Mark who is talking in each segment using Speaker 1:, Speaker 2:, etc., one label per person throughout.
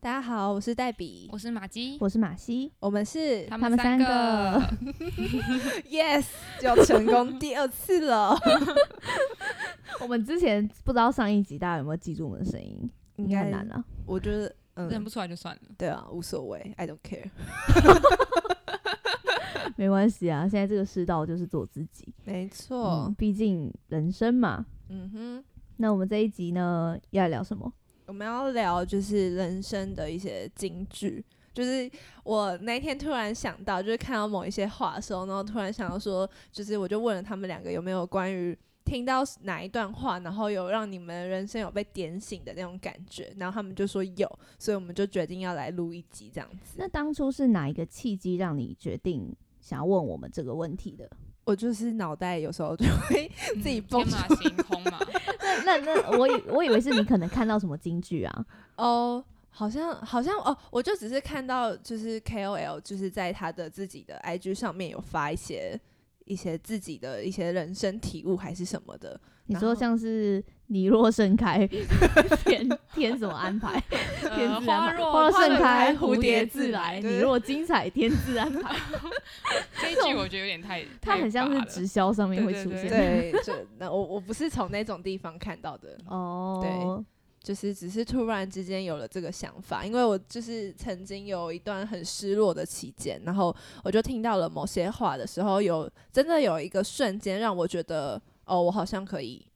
Speaker 1: 大家好，我是黛比，
Speaker 2: 我是马姬，
Speaker 3: 我是马西，
Speaker 1: 我们是
Speaker 2: 他
Speaker 3: 他们
Speaker 2: 三
Speaker 3: 三个
Speaker 1: Yes，就成功第二次了，
Speaker 3: 我们之前不知道上一集大家有没有记住我们的声音，应该很难啊了。
Speaker 1: 我觉得
Speaker 2: 认
Speaker 1: 嗯，
Speaker 2: 不出来就算了。
Speaker 1: 对啊，无所谓，I don't care，
Speaker 3: 没关系啊，现在这个世道就是做自己，
Speaker 1: 没错
Speaker 3: 嗯，，毕竟人生嘛。
Speaker 1: 嗯哼，
Speaker 3: 那我们这一集呢，要来聊什么？
Speaker 1: 我们要聊就是人生的一些金句。就是我那一天突然想到，就是看到某一些话的时候，然后突然想到说，就是我就问了他们两个有没有关于听到哪一段话，然后有让你们人生有被点醒的那种感觉，然后他们就说有，所以我们就决定要来录一集这样子。
Speaker 3: 那当初是哪一个契机让你决定想要问我们这个问题的？
Speaker 1: 我就是脑袋有时候就会自己
Speaker 2: 嗯
Speaker 1: 蹦
Speaker 2: 天马行空 嘛，
Speaker 3: 那那那，我以我以为是你可能看到什么金句啊？
Speaker 1: 哦，好像好像哦，我就只是看到就是 KOL 就是在他的自己的 IG 上面有发一些一些自己的一些人生体悟还是什么的，
Speaker 3: 你
Speaker 1: 然后
Speaker 3: 说像是你若盛开， 天天怎么安排？天
Speaker 2: 呃
Speaker 3: 自然
Speaker 2: 花
Speaker 3: 排，
Speaker 2: 若
Speaker 3: 花若盛
Speaker 1: 开
Speaker 3: 开，
Speaker 1: 蝴
Speaker 3: 蝴
Speaker 1: 蝶
Speaker 3: 蝶
Speaker 1: 自
Speaker 3: 自来。
Speaker 1: 对
Speaker 3: 你若精彩，天自安排。
Speaker 2: 这一句我觉得有点 太，
Speaker 3: 它
Speaker 2: 太
Speaker 3: 很像
Speaker 2: 拔
Speaker 3: 是
Speaker 2: 了
Speaker 3: 直销上面会出
Speaker 2: 对
Speaker 3: 现的。
Speaker 1: 对，就那我我不是从那种地方看到的，
Speaker 3: 哦，
Speaker 1: 就是只是突然之间有了这个想法，因为我就是曾经有一段很失落的期间，然后我就听到了某些话的时候，有真的有一个瞬间让我觉得，哦，我好像可以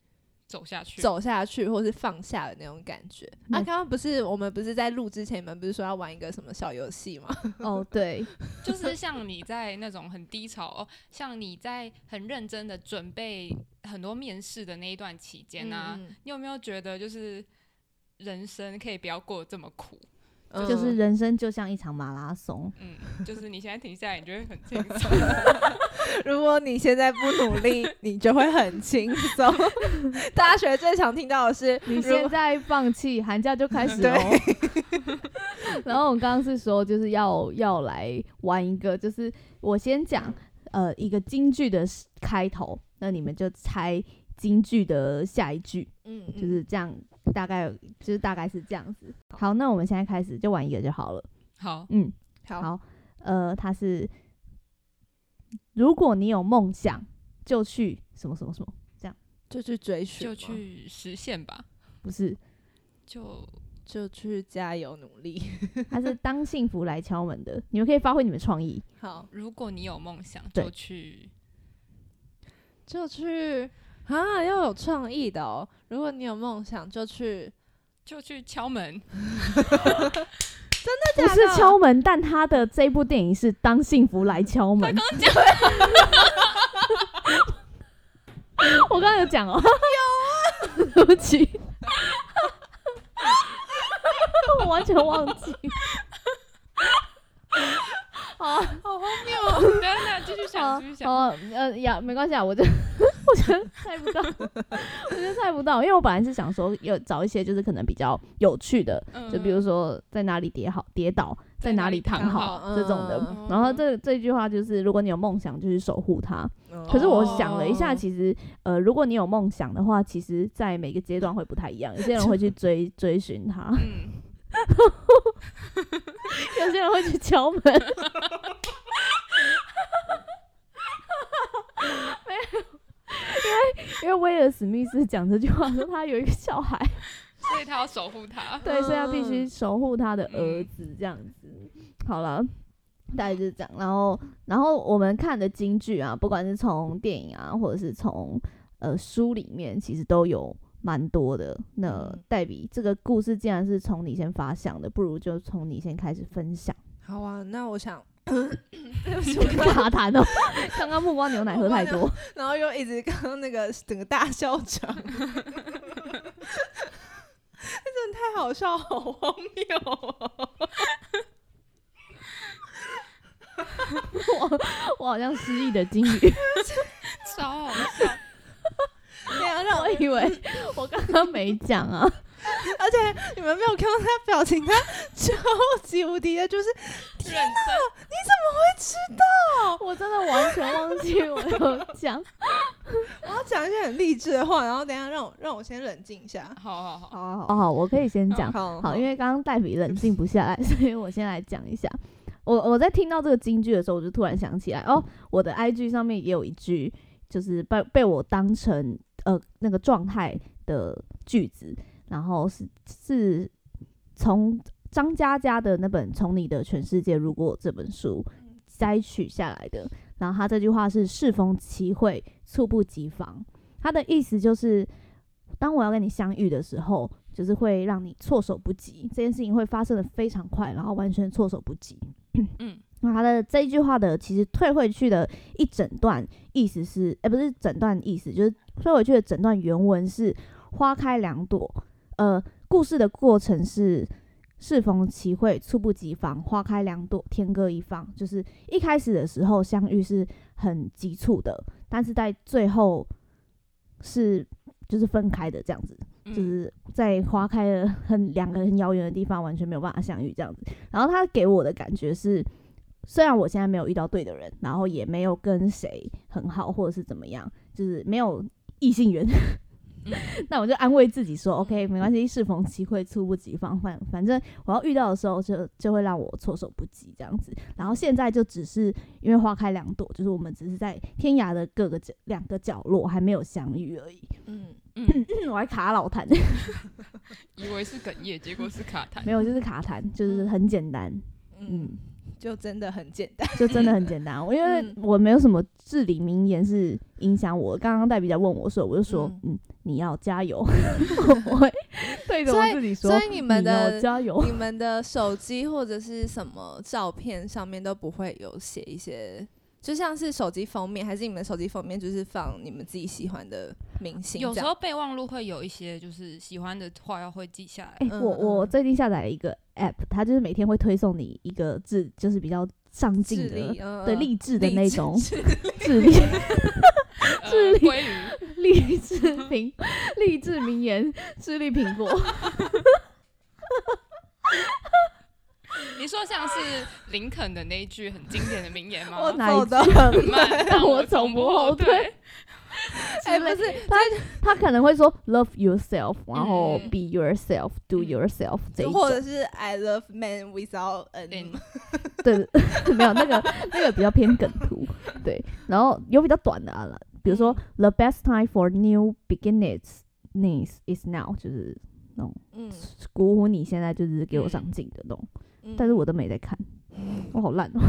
Speaker 2: 走下去。
Speaker 1: 走下去或是放下的那种感觉。啊，
Speaker 3: 那
Speaker 1: 刚刚不是我们不是在录之前，你们不是说要玩一个什么小游戏吗？
Speaker 3: 哦， 对，
Speaker 2: 就是像你在那种很低潮哦，像你在很认真的准备很多面试的那一段期间啊，
Speaker 1: 嗯
Speaker 2: 你有没有觉得就是人生可以不要过得这么苦？
Speaker 1: 嗯
Speaker 3: 就是人生就像一场马 拉松，
Speaker 2: 嗯，就是你现在停下来，你就会很轻松。
Speaker 1: 如果你现在不努力，你就会很轻 松。大学最常听到的是，
Speaker 3: 你
Speaker 1: 如
Speaker 3: 现
Speaker 1: 果
Speaker 3: 在放弃，寒假就开始喽。 然后我刚刚是说，就是要要来玩一个，就是我先讲呃一个京剧的开头，那你们就猜京剧的下一句，
Speaker 1: 嗯，
Speaker 3: 就
Speaker 1: 嗯
Speaker 3: 是这样，大概就是大概是这样子。好，那我们现在开始就玩一个就 好了。
Speaker 2: 好，
Speaker 3: 嗯，
Speaker 1: 好，
Speaker 3: 好，呃，它是如果你有梦想，就去什么什么什么，
Speaker 1: 就去追寻
Speaker 2: 就
Speaker 1: 嘛，
Speaker 2: 去实现吧。
Speaker 3: 不是，
Speaker 2: 就
Speaker 1: 就去加油努力。
Speaker 3: 它是当幸福来敲门的，你们可以发挥你们创意。
Speaker 1: 好，
Speaker 2: 如果你有梦想，
Speaker 3: 对
Speaker 2: 就去
Speaker 1: 就去啊，要有创意的哦。如果你有梦想，就去。
Speaker 2: 就去敲 门。
Speaker 3: 不
Speaker 1: 假
Speaker 3: 是
Speaker 1: 的
Speaker 3: 敲门，但它的这部电影是《当幸福来敲门》。 我刚刚有讲哦、有 啊，对不起，我完全忘记。好，
Speaker 1: 好荒谬
Speaker 2: 等一下，等一下继续
Speaker 3: 好
Speaker 2: 想，继续想。
Speaker 3: 哦，呃呀，没关系啊，我就 我觉得猜不到， 我觉得猜不到，因为我本来是想说有找一些就是可能比较有趣的，
Speaker 2: 嗯
Speaker 3: 就比如说在哪里跌好跌倒，
Speaker 2: 在
Speaker 3: 在
Speaker 2: 哪
Speaker 3: 哪
Speaker 2: 里
Speaker 3: 里
Speaker 2: 躺哦
Speaker 3: 躺好
Speaker 1: 好
Speaker 3: 这种的。
Speaker 1: 嗯
Speaker 3: 然后这这句话就是，如果你有梦想，就去守护它。
Speaker 1: 哦！
Speaker 3: 可是我想了一下，
Speaker 1: 哦
Speaker 3: 其实呃，如果你有梦想的话，其实在每个阶段会不太一样，有些人会去追追寻它，
Speaker 2: 嗯，
Speaker 3: 有些人会去敲门。 没有因为因为威尔史密斯讲这句话说他有一个小孩，
Speaker 2: 所以他要守护他。
Speaker 3: 对，所以他必须
Speaker 1: 嗯
Speaker 3: 守护他的儿子这样子。好了，大概就是这样。然后，然后我们看的京剧啊，不管是从电影啊，或者是从呃书里面，其实都有蛮多的。那
Speaker 1: 嗯
Speaker 3: 黛比，这个故事既然是从你先发想的，不如就从你先开始分享。
Speaker 1: 好啊，那我 想，对不起，我刚
Speaker 3: 卡痰哦， 刚刚木瓜牛奶喝太 多。
Speaker 1: 然后又一直刚刚那个整个大笑场，那真的太好笑，好荒谬、哦！
Speaker 3: 我我好像失忆的金 鱼，
Speaker 2: 超好笑。
Speaker 1: 对啊，让我
Speaker 3: 我以为我刚刚没讲啊。
Speaker 1: 而且你们没有看到他表情，他超级无敌的，就是
Speaker 2: 认真，
Speaker 3: 我真的完全忘记我有讲。
Speaker 1: 我要讲一些很励志的话，然后等一下让我让我先冷静一下。
Speaker 2: 好好好，
Speaker 1: 好啊好啊
Speaker 3: 哦，好，我可以先讲。
Speaker 1: 哦好
Speaker 3: 好，因为刚刚黛比冷静不下来， 所以我先来讲一下。我我在听到这个金句的时候，我就突然想起来，哦，我的 IG 上面也有一句，就是被被我当成呃那个状态的句子，然后是是从张嘉佳的那本《从你的全世界路过》这本书摘取下来的。然后他这句话是“适逢其会，猝不及防”，他的意思就是，当我要跟你相遇的时候，就是会让你措手不及，这件事情会发生的非常快，然后完全措手不及。
Speaker 2: 嗯，
Speaker 3: 那他的这一句话的其实退回去的一整段意思是，哎、不是整段意思，就是退回去的整段原文是“花开两朵”，呃，故事的过程是。适逢其会，猝不及防，花开两朵，天各一方。就是一开始的时候相遇是很急促的，但是在最后是就是分开的这样子。
Speaker 2: 嗯
Speaker 3: 就是在花开的很两个很遥远的地方，完全没有办法相遇这样子。然后他给我的感觉是，虽然我现在没有遇到对的人，然后也没有跟谁很好，或者是怎么样，就是没有异性缘。 那我就安慰自己说，OK，没关系，适逢其会，猝不及防，反反正我要遇到的时候就就会让我措手不及这样子。然后现在就只是因为花开两朵，就是我们只是在天涯的各个角两个角落还没有相遇而已。
Speaker 1: 嗯，
Speaker 2: 嗯，
Speaker 3: 我还卡老痰。
Speaker 2: 以为是哽咽，结果是卡痰
Speaker 3: 没。有，就是卡痰，就是很简单，嗯
Speaker 1: 嗯，，就真的很简单。
Speaker 3: 就真的很简单。我因为
Speaker 1: 嗯
Speaker 3: 我没有什么至理名言是影响我。刚刚戴比在问我说，我就说，嗯，你要加 油，我会对着我自己说，
Speaker 1: 所以你们
Speaker 3: 要
Speaker 1: 的
Speaker 3: 加油。
Speaker 1: 你们的手机或者是什么照片上面都不会有写一些，就像是手机封面，还是你们手机封面就是放你们自己喜欢的明星这样？
Speaker 2: 有时候备忘录会有一些就是喜欢的话要会记下来，
Speaker 3: 哎、
Speaker 1: 嗯
Speaker 3: 我我
Speaker 1: 嗯
Speaker 3: 最近下载了一个 app，它就是每天会推送你一个智，就是比较上进
Speaker 1: 智
Speaker 3: 的
Speaker 1: 力，、嗯
Speaker 3: 对励志的那种
Speaker 1: 智
Speaker 3: 智 力。
Speaker 2: 呃
Speaker 3: 智力
Speaker 2: 鲑鱼，
Speaker 3: 励志苹励志名言，智力苹 果，
Speaker 2: 你说像是林肯的那一句很经典的名言 吗？
Speaker 1: 我
Speaker 3: 哪一
Speaker 1: 走的很
Speaker 2: 慢，
Speaker 3: 但
Speaker 2: 但
Speaker 3: 我
Speaker 2: 我
Speaker 3: 从
Speaker 2: 从
Speaker 3: 不
Speaker 2: 不
Speaker 3: 后
Speaker 2: 后
Speaker 3: 退
Speaker 2: 退。
Speaker 1: 哎，不是，
Speaker 3: 他他可能会说 love yourself，然后
Speaker 2: 嗯
Speaker 3: be yourself、do
Speaker 2: 嗯
Speaker 3: yourself 这一
Speaker 1: 或
Speaker 3: 种
Speaker 1: 者，是 I love man without n，
Speaker 2: 嗯
Speaker 3: 对， 没有那个那个比较偏梗 图，对，然后有比较短的啊，比如说
Speaker 1: 嗯
Speaker 3: the best time for new beginnings is now，就是
Speaker 1: 嗯，
Speaker 3: 鼓舞你现在就是给我上进的那种，
Speaker 1: 嗯
Speaker 3: 但是我都没在看，我好 烂哦、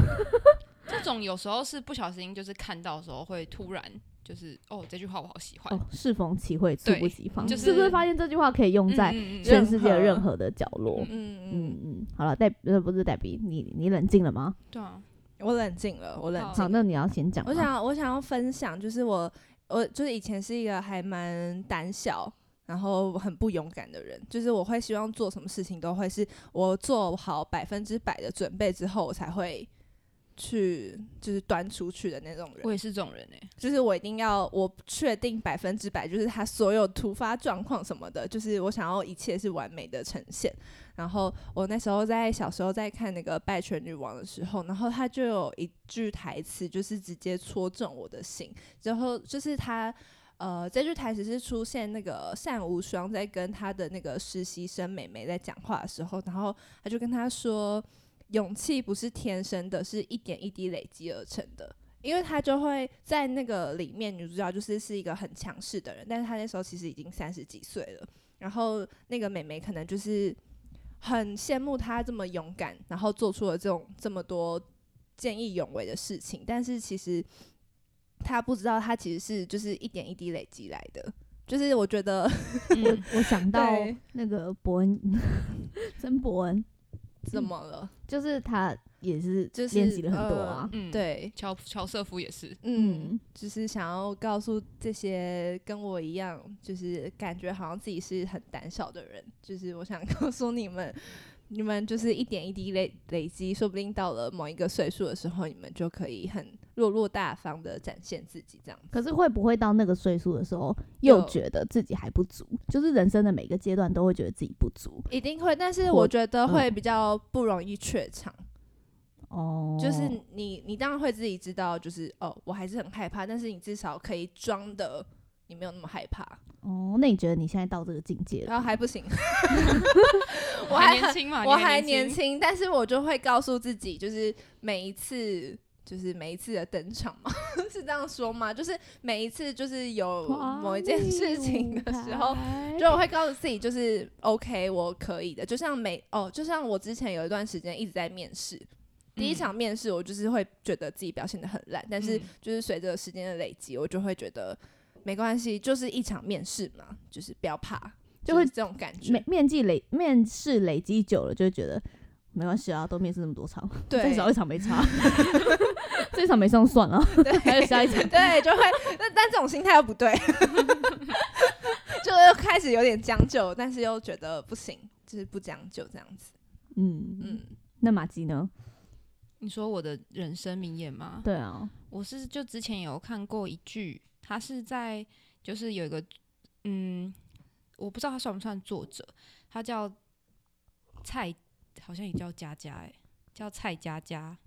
Speaker 2: 这种有时候是不小心，就是看到的时候会突然就是哦，这句话我好喜欢，
Speaker 3: 哦，适逢其会，猝不
Speaker 2: 对
Speaker 3: 及防，
Speaker 2: 就是
Speaker 3: 是不是发现这句话可以用
Speaker 2: 嗯
Speaker 3: 在
Speaker 2: 嗯嗯嗯
Speaker 3: 全世界的任何的角落？
Speaker 1: 嗯
Speaker 3: 嗯
Speaker 1: 嗯，
Speaker 3: 嗯，好了，代呃不是代比，你你冷静了吗？
Speaker 2: 对啊，
Speaker 1: 我冷静了，我冷
Speaker 2: 好
Speaker 1: 静
Speaker 3: 好，
Speaker 1: 了。
Speaker 3: 那你要先讲
Speaker 1: 哦
Speaker 3: 吗。
Speaker 1: 我想，我想要分享，就是我，我就是以前是一个还蛮胆小，然后很不勇敢的人。就是我会希望做什么事情都会是我做好百分之百的准备之后，我才会去就是端出去的那种人
Speaker 2: 我。也是这种人哎，
Speaker 1: 就是我一定要，我确定百分之百，就是他所有突发状况什么的，就是我想要一切是完美的呈现。然后我那时候在小时候在看那个《拜权女王》的时候，然后他就有一句台词，就是直接戳中我的心。然后就是他，呃，这句台词是出现那个单无双在跟他的那个实习生美眉在讲话的时候，然后他就跟她说，勇气不是天生的，是一点一滴累积而成的。因为她就会在那个里面，女主角就是是一个很强势的人，但是她那时候其实已经三十几岁了。然后那个美眉可能就是很羡慕她这么勇敢，然后做出了这种这么多见义勇为的事情，但是其实她不知道，她其实是就是一点一滴累积来的。就是我觉得
Speaker 2: 嗯
Speaker 3: 我想到
Speaker 1: 对
Speaker 3: 那个伯恩， 曾伯恩，
Speaker 1: 怎么了？
Speaker 3: 就是他也是
Speaker 1: 就是呃
Speaker 3: 练习了很多啊。
Speaker 2: 嗯，，
Speaker 1: 对，
Speaker 2: 乔乔瑟夫也是，
Speaker 1: 嗯，
Speaker 3: 嗯，
Speaker 1: 就是想要告诉这些跟我一 样，就是感觉好像自己是很胆小的人，就是我想告诉你们，你们就是一点一滴累累积，说不定到了某一个岁数的时候，你们就可以很落落大方的展现自己，这样子。
Speaker 3: 可是会不会到那个岁数的时候，又
Speaker 1: 有
Speaker 3: 觉得自己还不足？就是人生的每个阶段都会觉得自己不足
Speaker 1: 一定会，但是
Speaker 3: 我
Speaker 1: 我嗯觉得会比较不容易怯场，
Speaker 3: 哦。
Speaker 1: 就是你你当然会自己知道，就是哦，我还是很害怕，但是你至少可以装的你没有那么害怕，
Speaker 3: 哦，那你觉得你现在到这个境界了？
Speaker 1: 然后还不行，我
Speaker 2: 还
Speaker 1: 还
Speaker 2: 年 轻嘛，
Speaker 1: 我
Speaker 2: 啊你
Speaker 1: 还
Speaker 2: 年
Speaker 1: 年，轻，但是我就会告诉自己，就是每一次，就是每一次的登场嘛， 是这样说吗？就是每一次，就是有某一件事情的时候，就我会告诉自己，就是 OK，我可以的。就像每哦，就像我之前有一段时间一直在面试，第一
Speaker 2: 嗯
Speaker 1: 场面试我就是会觉得自己表现的很烂，但是
Speaker 2: 嗯
Speaker 1: 就是随着时间的累积，我就会觉得没关系，就是一场面试嘛，就是不要怕，
Speaker 3: 就
Speaker 1: 就
Speaker 3: 会
Speaker 1: 是这种感觉。
Speaker 3: 面面积累面试累积久了，就会觉得没关系啊，都面试那么多场，
Speaker 1: 对
Speaker 3: 再少一场没差， 这一场没上算了，
Speaker 1: 对，
Speaker 3: 还有下一场。
Speaker 1: 对，就会，但但这种心态又不对， 就又开始有点将就，但是又觉得不行，就是不将就这样子。
Speaker 3: 嗯嗯，
Speaker 1: 嗯，
Speaker 3: 那马吉呢？
Speaker 2: 你说我的人生名言吗？
Speaker 3: 对啊，
Speaker 2: 我是就之前有看过一句，他是在就是有一个嗯，我不知道他算不算作者，他叫蔡，好像也叫佳佳哎、叫蔡佳佳，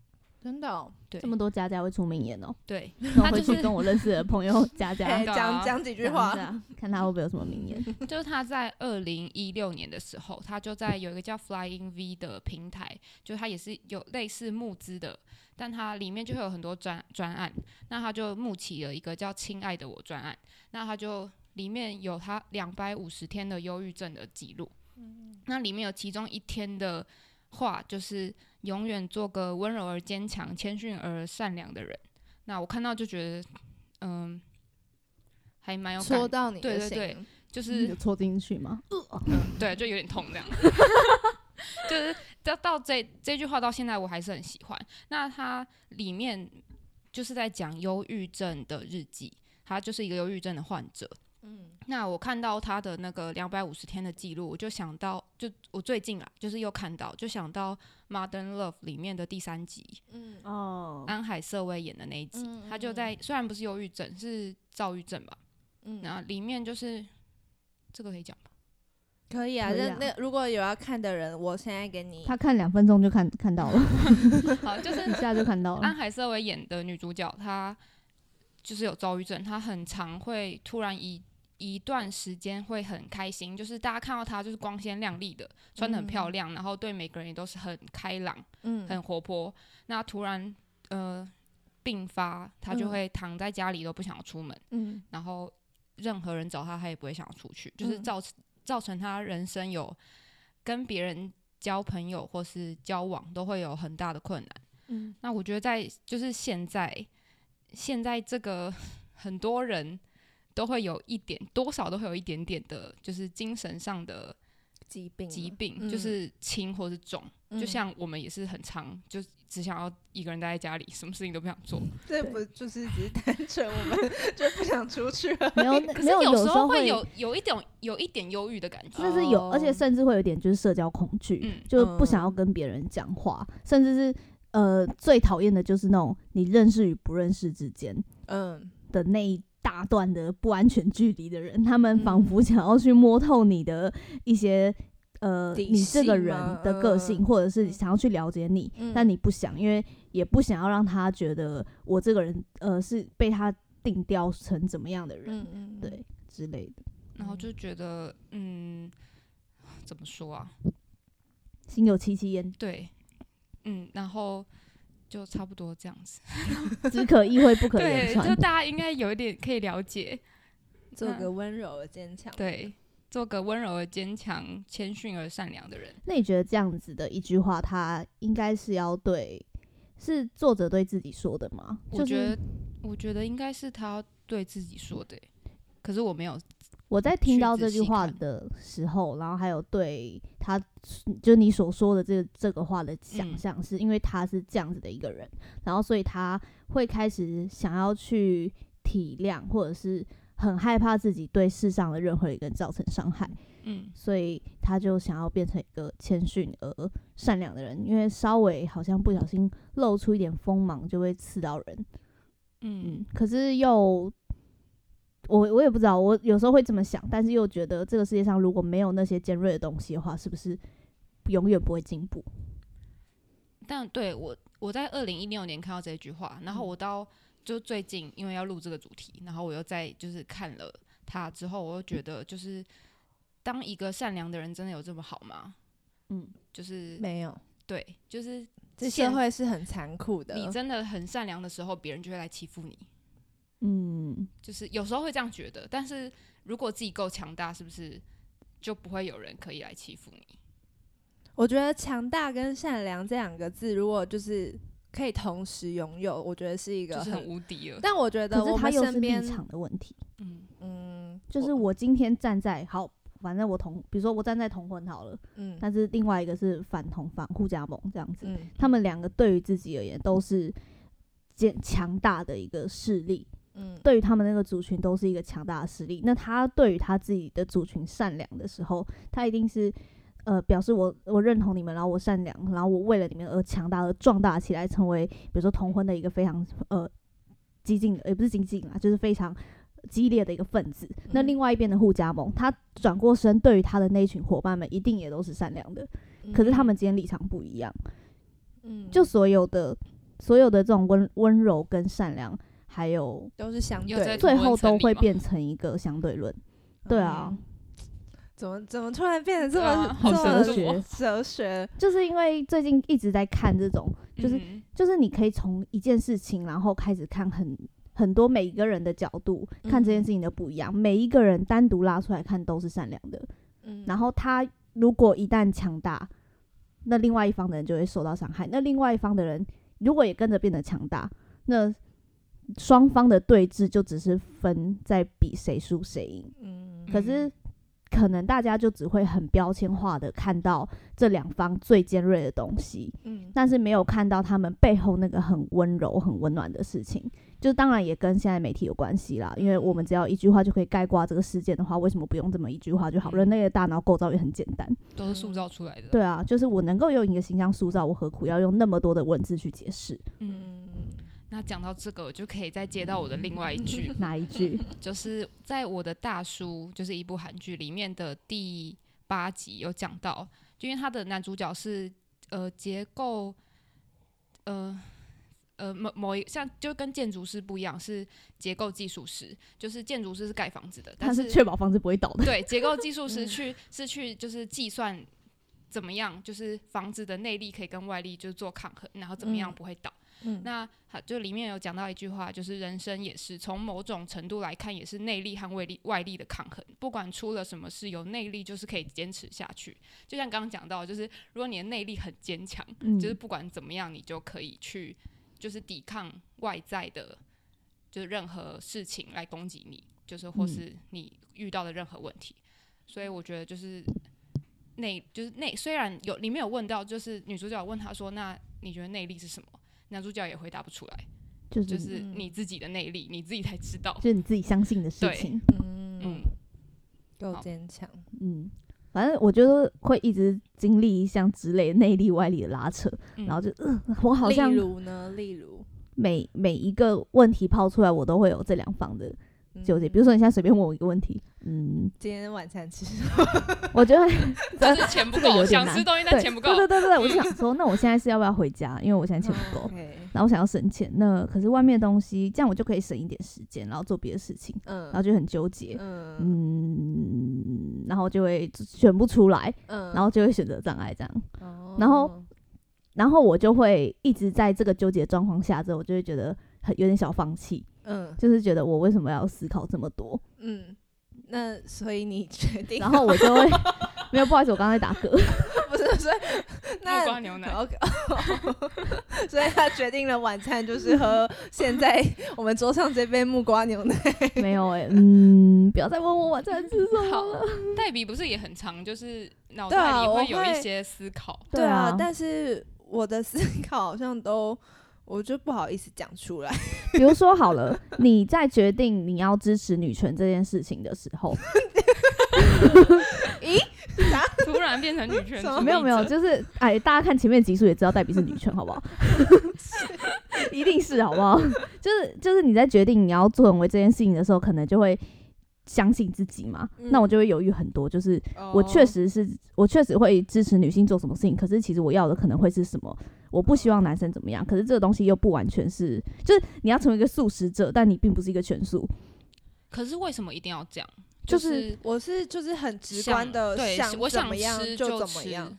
Speaker 1: 真的、哦，
Speaker 2: 对
Speaker 3: 这么多家家会出名言 哦，
Speaker 2: 对，
Speaker 3: 那我
Speaker 2: 他
Speaker 3: 回
Speaker 2: 就
Speaker 3: 去
Speaker 2: 是
Speaker 3: 跟我认识的朋友 家家
Speaker 1: 哎，
Speaker 2: 对啊
Speaker 1: 讲讲几句
Speaker 3: 讲一
Speaker 1: 话，
Speaker 3: 下，看他会不会有什么名言。
Speaker 2: 就是他在二零一六年的时候，他就在有一个叫 Flying V 的平台，就他也是有类似募资的，但它里面就会有很多专专案，那他就募起了一个叫“亲爱的我”专案，那他就里面有他两百五十天的忧郁症的记录，那里面有其中一天的话就是永远做个温柔而坚强、谦逊而善良的人。那我看到就觉得，嗯，还蛮有
Speaker 1: 戳
Speaker 2: 感，
Speaker 1: 到你的
Speaker 2: 对对
Speaker 1: 心
Speaker 2: 对就是
Speaker 3: 你有戳进去吗？
Speaker 1: 嗯
Speaker 2: 对，就有点痛这样。 就是到到这这句话到现在我还是很喜欢。那它里面就是在讲忧郁症的日记，他就是一个忧郁症的患者。
Speaker 1: 嗯
Speaker 2: 那我看到他的那个两百五十天的记录，我就想到，就我最近啊，就是又看到，就想到《Modern Love》里面的第三集，
Speaker 1: 嗯
Speaker 3: 哦，
Speaker 2: 安海瑟薇演的那一集，
Speaker 1: 嗯
Speaker 2: 他就
Speaker 1: 嗯
Speaker 2: 在虽然不是忧郁症，是躁郁症吧，
Speaker 1: 嗯，
Speaker 2: 那里面就是这个可以讲吧？
Speaker 1: 可以啊。
Speaker 3: 可以
Speaker 1: 那
Speaker 3: 啊
Speaker 1: 那如果有要看的人，我现在给你，
Speaker 3: 他看两分钟就看看到了，
Speaker 2: 好，就是
Speaker 3: 一下就看到
Speaker 2: 安
Speaker 3: 了。
Speaker 2: 海瑟薇演的女主角，她就是有躁郁症，她很常会突然一一段时间会很开心，就是大家看到她就是光鲜亮丽的，穿的很漂亮，然后对每个人也都是很开朗、
Speaker 1: 嗯
Speaker 2: 很活泼。那突然呃病发，她就
Speaker 1: 嗯
Speaker 2: 会躺在家里都不想要出门，
Speaker 1: 嗯
Speaker 2: 然后任何人找她，她也不会想要出去，就是
Speaker 1: 嗯
Speaker 2: 造成造成她人生有跟别人交朋友或是交往都会有很大的困难。
Speaker 1: 嗯
Speaker 2: 那我觉得在就是现在，现在这个 很多人都会有一点，多少都会有一点点的，就是精神上的
Speaker 1: 疾病
Speaker 2: 疾
Speaker 1: 嘛
Speaker 2: 病，
Speaker 1: 嗯
Speaker 2: 就是轻或是重。就
Speaker 1: 嗯
Speaker 2: 像我们也是很常就只想要一个人待在家里，什么事情都不想做。
Speaker 1: 这不就是只是单纯我们 就不想出去了。
Speaker 3: 没有，
Speaker 2: 可
Speaker 3: 没
Speaker 2: 是
Speaker 3: 有，
Speaker 2: 有
Speaker 3: 时
Speaker 2: 候
Speaker 3: 会嗯
Speaker 2: 会有有一点有一点忧郁的感觉。
Speaker 3: 甚至有，
Speaker 1: 哦
Speaker 3: 而且甚至会有点就是社交恐惧，
Speaker 2: 嗯
Speaker 3: 就不想要跟别人讲话，甚至是呃最讨厌的就是那种你认识与不认识之间
Speaker 1: 嗯，
Speaker 3: 的那一大段的不安全距离的人，他
Speaker 1: 嗯
Speaker 3: 们仿佛想要去摸透你的一些。呃，
Speaker 1: 底
Speaker 3: 你这个
Speaker 1: 细
Speaker 3: 人
Speaker 1: 吗
Speaker 3: 的个性，
Speaker 1: 嗯
Speaker 3: 或者是想要去了解你，
Speaker 1: 嗯
Speaker 3: 但你不想，因为也不想要让他觉得我这个人，呃，是被他定调成怎么样的人，
Speaker 1: 嗯嗯，嗯
Speaker 3: 对之类的。
Speaker 2: 然后就觉得嗯，怎么说啊？
Speaker 3: 心有戚戚焉，
Speaker 2: 对，嗯，然后就差不多这样子。
Speaker 3: 只可意会不 可言
Speaker 2: 对，就
Speaker 3: 传。
Speaker 2: 大家应该有一点可以了解，
Speaker 1: 做个温柔而坚强。
Speaker 2: 嗯对，做个温柔而坚强、谦逊而善良的人。
Speaker 3: 那你觉得这样子的一句话，他应该是要对，是作者对自己说的吗？
Speaker 2: 我
Speaker 3: 就
Speaker 2: 觉
Speaker 3: 是
Speaker 2: 得，我觉得应该是他对自己说的欸，可是我没有，
Speaker 3: 我在听到
Speaker 2: 去仔
Speaker 3: 这
Speaker 2: 细
Speaker 3: 句话
Speaker 2: 看
Speaker 3: 的时候，然后还有对他，就你所说的这这个话的
Speaker 2: 嗯
Speaker 3: 想象，是因为他是这样子的一个人，然后所以他会开始想要去体谅，或者是很害怕自己对世上的任何一个人造成伤害。
Speaker 2: 嗯，
Speaker 3: 所以他就想要变成一个谦逊而善良的人，因为稍微好像不小心露出一点锋芒就会刺到人，嗯
Speaker 2: 嗯，，
Speaker 3: 可是又我我也不知道，我有时候会这么想，但是又觉得这个世界上如果没有那些尖锐的东西的话，是不是永远不会进步？
Speaker 2: 但对我，我在二零一六年看到这句话，然后我到就最近因为要录这个主题，然后我又在就是看了它之后，我又觉得就是当一个善良的人真的有这么好吗？
Speaker 3: 嗯，
Speaker 2: 就是
Speaker 1: 没有，
Speaker 2: 对，就是
Speaker 1: 这
Speaker 2: 现
Speaker 1: 社会是很残酷的。
Speaker 2: 你真的很善良的时候，别人就会来欺负你，
Speaker 3: 嗯，
Speaker 2: 就是有时候会这样觉得。但是如果自己够强大，是不是就不会有人可以来欺负你？
Speaker 1: 我觉得强大跟善良这两个字，如果就是可以同时拥有，我觉得是一个
Speaker 2: 就是
Speaker 1: 很。
Speaker 2: 很无敌了。
Speaker 1: 但我觉
Speaker 3: 可
Speaker 1: 得
Speaker 3: 是
Speaker 1: 我
Speaker 3: 他
Speaker 1: 们
Speaker 3: 又是
Speaker 1: 身
Speaker 3: 立
Speaker 1: 边，
Speaker 3: 场的问题，
Speaker 2: 嗯
Speaker 1: 嗯，
Speaker 3: 就是
Speaker 1: 我
Speaker 3: 我今天站在好，反正我同，比如说我站在同婚好了，
Speaker 1: 嗯
Speaker 3: 但是另外一个是反同反互加盟这样子，
Speaker 1: 嗯，
Speaker 3: 他们两个对于自己而言都是坚强大的一个势力，
Speaker 1: 嗯
Speaker 3: 对于他们那个族群都是一个强大的实力。那他对于他自己的族群善良的时候，他一定是呃表示我我认同你们，然后我善良，然后我为了你们而强大而壮大起来，成为比如说同婚的一个非常呃激进的，也不是激进啊，就是非常。激烈的一个分子，那
Speaker 1: 嗯
Speaker 3: 另外一边的互加盟，他转过身，对于他的那一群伙伴们，一定也都是善良的。可是他们之间立场不一样，
Speaker 1: 嗯
Speaker 3: 就所有的所有的这种温温柔跟善良，还有
Speaker 1: 都是相
Speaker 2: 有
Speaker 1: 对
Speaker 2: 在
Speaker 1: 的，
Speaker 3: 最
Speaker 2: 同温
Speaker 3: 后
Speaker 2: 层
Speaker 3: 都
Speaker 2: 里
Speaker 3: 会
Speaker 2: 吗
Speaker 3: 变成一个相对论。对啊
Speaker 1: 嗯，，怎么怎么突然变得这
Speaker 2: 对啊
Speaker 1: 么
Speaker 2: 好
Speaker 1: 这
Speaker 3: 哲
Speaker 1: 么
Speaker 3: 学，
Speaker 1: 哲学？
Speaker 3: 就是因为最近一直在看这种，就是
Speaker 2: 嗯
Speaker 3: 就是你可以从一件事情，然后开始看很。很多每一个人的角度看这件
Speaker 1: 嗯
Speaker 3: 事情的不一样，每一个人单独拉出来看都是善良的。
Speaker 1: 嗯
Speaker 3: 然后他如果一旦强大，那另外一方的人就会受到伤害。那另外一方的人如果也跟着变得强大，那双方的对峙就只是分在比谁输谁赢。
Speaker 1: 嗯
Speaker 3: 可是可能大家就只会很标签化的看到这两方最尖锐的东西，
Speaker 1: 嗯
Speaker 3: 但是没有看到他们背后那个很温柔、很温暖的事情。就当然也跟现在媒体有关系啦，因为我们只要一句话就可以概括这个事件的话，为什么不用这么一句话就好？
Speaker 2: 嗯
Speaker 3: 人类的大脑构造也很简单，
Speaker 2: 都是塑造出来的。嗯
Speaker 3: 对啊，就是我能够用一个形象塑造，我何苦要用那么多的文字去解释？
Speaker 2: 嗯，
Speaker 1: 嗯
Speaker 2: 那讲到这个，我就可以再接到我的另外一句，
Speaker 3: 哪一句？
Speaker 2: 就是在我的大叔，就是一部韩剧里面的第八集有讲到，就因为他的男主角是呃结构，呃呃某某一像就跟建筑师不一样，是结构技术师，就是建筑师是盖房子的，
Speaker 3: 他
Speaker 2: 但
Speaker 3: 是确保房子不会倒 的。
Speaker 2: 对，结构技术师去是去就是计算怎么样，就是房子的内力可以跟外力就是做抗衡，然后怎么样
Speaker 1: 嗯
Speaker 2: 不会倒。
Speaker 1: 嗯
Speaker 2: 那好，就里面有讲到一句话，就是人生也是从某种程度来看，也是内力和外力外力的抗衡。不管出了什么事，有内力就是可以坚持下去。就像刚刚讲到，就是如果你的内力很坚强，
Speaker 3: 嗯，
Speaker 2: 就是不管怎么样，你就可以去就是抵抗外在的，就是任何事情来攻击你，就是或
Speaker 3: 嗯
Speaker 2: 是你遇到的任何问题。所以我觉得就是内就是内，虽然有里面有问到，就是女主角问他说：“那你觉得内力是什么？”男主角也回答不出来，
Speaker 3: 就是
Speaker 2: 就
Speaker 3: 就是
Speaker 1: 嗯
Speaker 2: 你自己的内力，你自己才知道。
Speaker 3: 你自己相信的事
Speaker 2: 对
Speaker 3: 情。
Speaker 1: 嗯，
Speaker 2: 嗯，
Speaker 1: 够
Speaker 2: 好
Speaker 1: 坚强。
Speaker 3: 嗯，反正我觉得会一直经历像之类内力外力的拉扯，
Speaker 2: 嗯
Speaker 3: 然后就、呃、我好像
Speaker 1: 例如呢，例如
Speaker 3: 每每一个问题抛出来，我都会有这两方
Speaker 1: 嗯
Speaker 3: 的纠结。比
Speaker 1: 说
Speaker 3: 如说你现在随便问我一个问题，嗯，
Speaker 1: 今天晚餐吃，
Speaker 3: 我觉得
Speaker 2: 就是钱不
Speaker 3: 这个
Speaker 2: 够，
Speaker 3: 有点
Speaker 2: 想
Speaker 3: 难
Speaker 2: 吃东西但
Speaker 3: 对
Speaker 2: 钱不
Speaker 3: 对
Speaker 2: 够。
Speaker 3: 对对对，我就想说，那我现在是要不要回家？因为我现在钱不够。
Speaker 1: 嗯 OK，
Speaker 3: 然后我想要省钱，那可是外面的东西，这样我就可以省一点时间，然后做别的事情，然后
Speaker 1: 嗯
Speaker 3: 就很纠结，
Speaker 1: 嗯
Speaker 3: 嗯，然后就会选不出来，
Speaker 1: 嗯，哦
Speaker 3: 然后就会选择障碍这样，
Speaker 1: 后
Speaker 3: 然后然后我就会一直在这个纠结状况下，之后我就会觉得很有点小放弃，
Speaker 1: 嗯
Speaker 3: 就是觉得我为什么要思考这么多，
Speaker 1: 嗯，那所以你决定，
Speaker 3: 然后我就会没有，不好意思，我刚才打 嗝，
Speaker 1: 不是所以
Speaker 2: 木瓜
Speaker 1: 那。
Speaker 2: 牛奶，
Speaker 1: OK，所以他决定了晚餐就是喝现在我们桌上这杯木瓜牛 奶。
Speaker 3: 没有哎、嗯，不要再问我晚餐吃什么
Speaker 2: 好
Speaker 3: 了，
Speaker 2: 黛比不是也很长，就是脑
Speaker 1: 对
Speaker 2: 袋
Speaker 1: 啊
Speaker 2: 里
Speaker 1: 我
Speaker 2: 会有一
Speaker 1: 会
Speaker 2: 些思考。
Speaker 1: 对
Speaker 3: 啊
Speaker 1: 啊，，但是我的思考好像都，我就不好意思讲出来。
Speaker 3: 比如说好了，你在决定你要支持女权这件事情的时候，
Speaker 1: 咦，
Speaker 2: 突然变成女权
Speaker 1: 什
Speaker 2: 主
Speaker 1: 么
Speaker 2: 义者
Speaker 3: 没有没有，就是哎，大家看前面集数也知道黛比是女权，好不 好？一定是好不 好？就是就是你在决定你要做成为这件事情的时候，可能就会相信自己嘛。
Speaker 1: 嗯哦
Speaker 3: 那我就会犹豫很多，就是我确实是我确实会支持女性做什么事情，可是其实我要的可能会是什么？我不希望男生怎么样，可是这个东西又不完全是，就是你要成为一个素食者，但你并不是一个全素。
Speaker 2: 可是为什么一定要这样？
Speaker 3: 就是
Speaker 1: 我哦是就是很直
Speaker 2: 想
Speaker 1: 观的
Speaker 2: 对，我
Speaker 1: 怎
Speaker 2: 想
Speaker 1: 么样
Speaker 2: 吃
Speaker 1: 就
Speaker 2: 就
Speaker 1: 怎么
Speaker 2: 吃
Speaker 1: 样，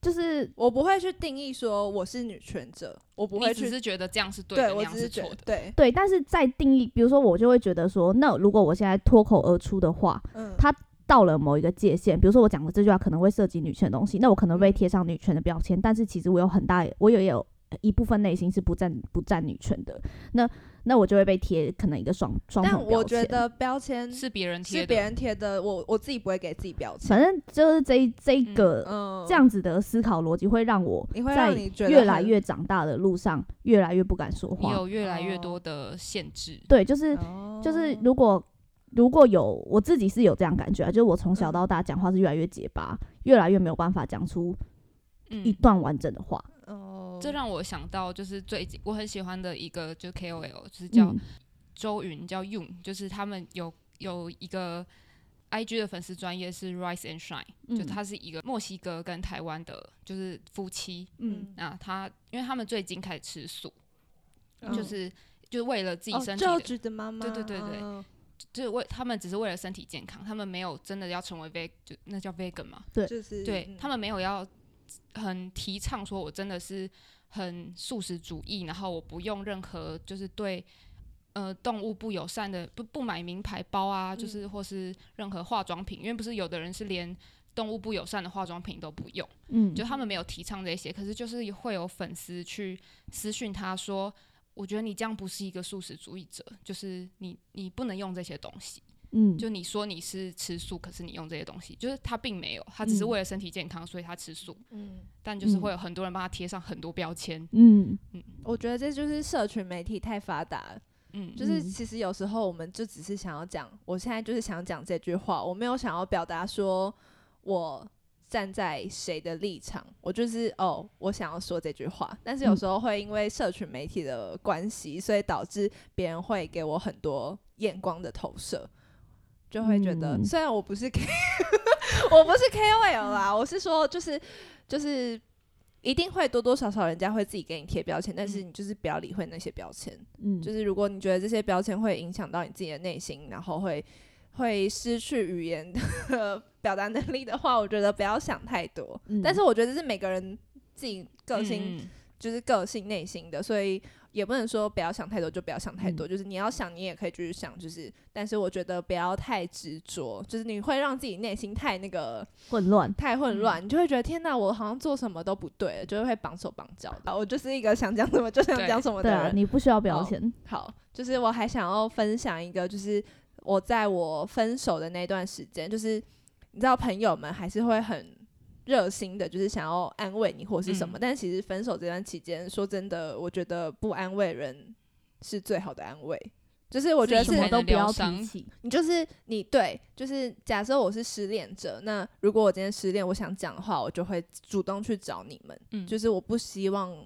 Speaker 3: 就是
Speaker 1: 我不会去定义说我是女权者，我不会
Speaker 2: 你只
Speaker 1: 去
Speaker 2: 是觉得这样是对
Speaker 1: 对
Speaker 2: 的，那
Speaker 1: 我
Speaker 2: 样
Speaker 1: 只
Speaker 2: 是
Speaker 1: 是觉
Speaker 2: 错
Speaker 1: 得
Speaker 2: 的。
Speaker 1: 对，
Speaker 3: 对，但是在定义，比如说我就会觉得说，那如果我现在脱口而出的话，
Speaker 1: 嗯，
Speaker 3: 他到了某一个界限，比如说我讲的这句话可能会涉及女权的东西，那我可能被
Speaker 1: 嗯
Speaker 3: 贴上女权的标签，但是其实我有很大，我有也有一部分内心是不站不站女权的，那那我就会被贴可能一个双双
Speaker 1: 但
Speaker 3: 重标
Speaker 1: 我觉
Speaker 3: 签。
Speaker 1: 得标签
Speaker 2: 是别人贴
Speaker 1: 是
Speaker 2: 的，
Speaker 1: 别人贴的，我我自己不会给自己标签，
Speaker 3: 反正就是这一这一个、
Speaker 1: 嗯，
Speaker 3: 这样子的思考逻辑，会让我
Speaker 1: 你会
Speaker 3: 在
Speaker 1: 让你觉得
Speaker 3: 越来
Speaker 1: 很
Speaker 3: 越长大的路上，越来越不敢说
Speaker 2: 你
Speaker 3: 话。
Speaker 2: 有越来越
Speaker 1: 哦
Speaker 2: 多的限制。
Speaker 3: 对，就是
Speaker 1: 哦
Speaker 3: 就是如果如果有我自己是有这样感觉啊，就是我从
Speaker 1: 嗯
Speaker 3: 小到大讲话是越来越结巴，越来越没有办法讲出一
Speaker 2: 嗯，
Speaker 3: 段完整的话。
Speaker 1: 哦，
Speaker 2: 这让我想到就是最近我很喜欢的一个就是 KOL，就是叫
Speaker 3: 嗯，
Speaker 2: 周云叫 Yun，就是他们有有一个 IG 的粉丝专业是 Rise and Shine，、
Speaker 3: 嗯
Speaker 2: 就他是一个墨西哥跟台湾的，就是夫妻。
Speaker 3: 嗯，
Speaker 2: 那他因为他们最近开始吃素，
Speaker 1: 嗯
Speaker 2: 就是就是为了自己身体的，
Speaker 1: 教哦职的妈妈，
Speaker 2: 对对对对
Speaker 1: 嗯
Speaker 2: 就是为他们只是为了身体健康，他们没有真的要成为 veg，就那叫 vegan 嘛，
Speaker 3: 对
Speaker 1: 就是
Speaker 2: 对、
Speaker 1: 嗯
Speaker 2: 他们没有要很提倡说我真的是很素食主义，然后我不用任何就是对呃动物不友善的，不不买名牌包
Speaker 1: 嗯
Speaker 2: 啊，就是或是任何化妆品，因为不是有的人是连动物不友善的化妆品都不用，
Speaker 3: 嗯，
Speaker 2: 就他们没有提倡这些，可是就是会有粉丝去私讯他说。我觉得你这样不是一个素食主义者，就是你你不能用这些东西。
Speaker 3: 嗯，
Speaker 2: 就你说你是吃素，可是你用这些东西，就是他并没有，他只是
Speaker 3: 嗯
Speaker 2: 为了身体健康，所以他吃素。
Speaker 1: 嗯，
Speaker 2: 但就是
Speaker 3: 嗯
Speaker 2: 会有很多人帮他贴上很多标签。
Speaker 3: 嗯，
Speaker 1: 我觉得这就是社群媒体太发达了，
Speaker 2: 嗯，
Speaker 1: 就是
Speaker 3: 嗯
Speaker 1: 其实有时候我们就只是想要讲，我现在就是想讲这句话，我没有想要表达说我站在谁的立场，我就是哦，我想要说这句话。但是有
Speaker 3: 嗯
Speaker 1: 时候会因为社群媒体的关系，所以导致别人会给我很多眼光的投射。就会觉得，
Speaker 3: 嗯
Speaker 1: 虽然我不是 K，我不是 KOL 啦，我是说，就是就是一定会多多少少人家会自己给你贴标签，但是你就是不要理会那些标签。
Speaker 3: 嗯，
Speaker 1: 就是如果你觉得这些标签会影响到你自己的内心，然后会会失去语言的 表达能力的话，我觉得不要想太多。
Speaker 3: 嗯
Speaker 1: 但是我觉得是每个人自己个性，
Speaker 2: 嗯，嗯
Speaker 1: 就是个性内心的，所以也不能说不要想太多就不要想太多。就是你要想，你也可以继续想，就是但是我觉得不要太执着，就是你会让自己内心太那个
Speaker 3: 混乱。
Speaker 1: 太混乱，
Speaker 2: 嗯
Speaker 1: 你就会觉得天哪，我好像做什么都不对了，就是会绑手绑脚的。我就是一个想讲什么就想
Speaker 2: 对哦
Speaker 1: 讲什么的
Speaker 3: 对啊
Speaker 1: 人，。
Speaker 3: 你不需要标签。
Speaker 1: 好，就是我还想要分享一个，就是我在我分手的那段时间，就是你知道朋友们还是会很热心的，就是想要安慰你或是什么，
Speaker 2: 嗯
Speaker 1: 但其实分手这段期间，说真的，我觉得不安慰人是最好的安慰。就是我觉得
Speaker 2: 自
Speaker 1: 是
Speaker 2: 己
Speaker 3: 什么
Speaker 2: 才
Speaker 3: 都
Speaker 2: 能
Speaker 3: 不
Speaker 2: 疗
Speaker 3: 要
Speaker 2: 伤
Speaker 3: 提起，
Speaker 1: 你就是你对，就是假设我是失恋者，那如果我今天失恋，我想讲的话，我就会主动去找你们。
Speaker 2: 嗯
Speaker 1: 就是我不希望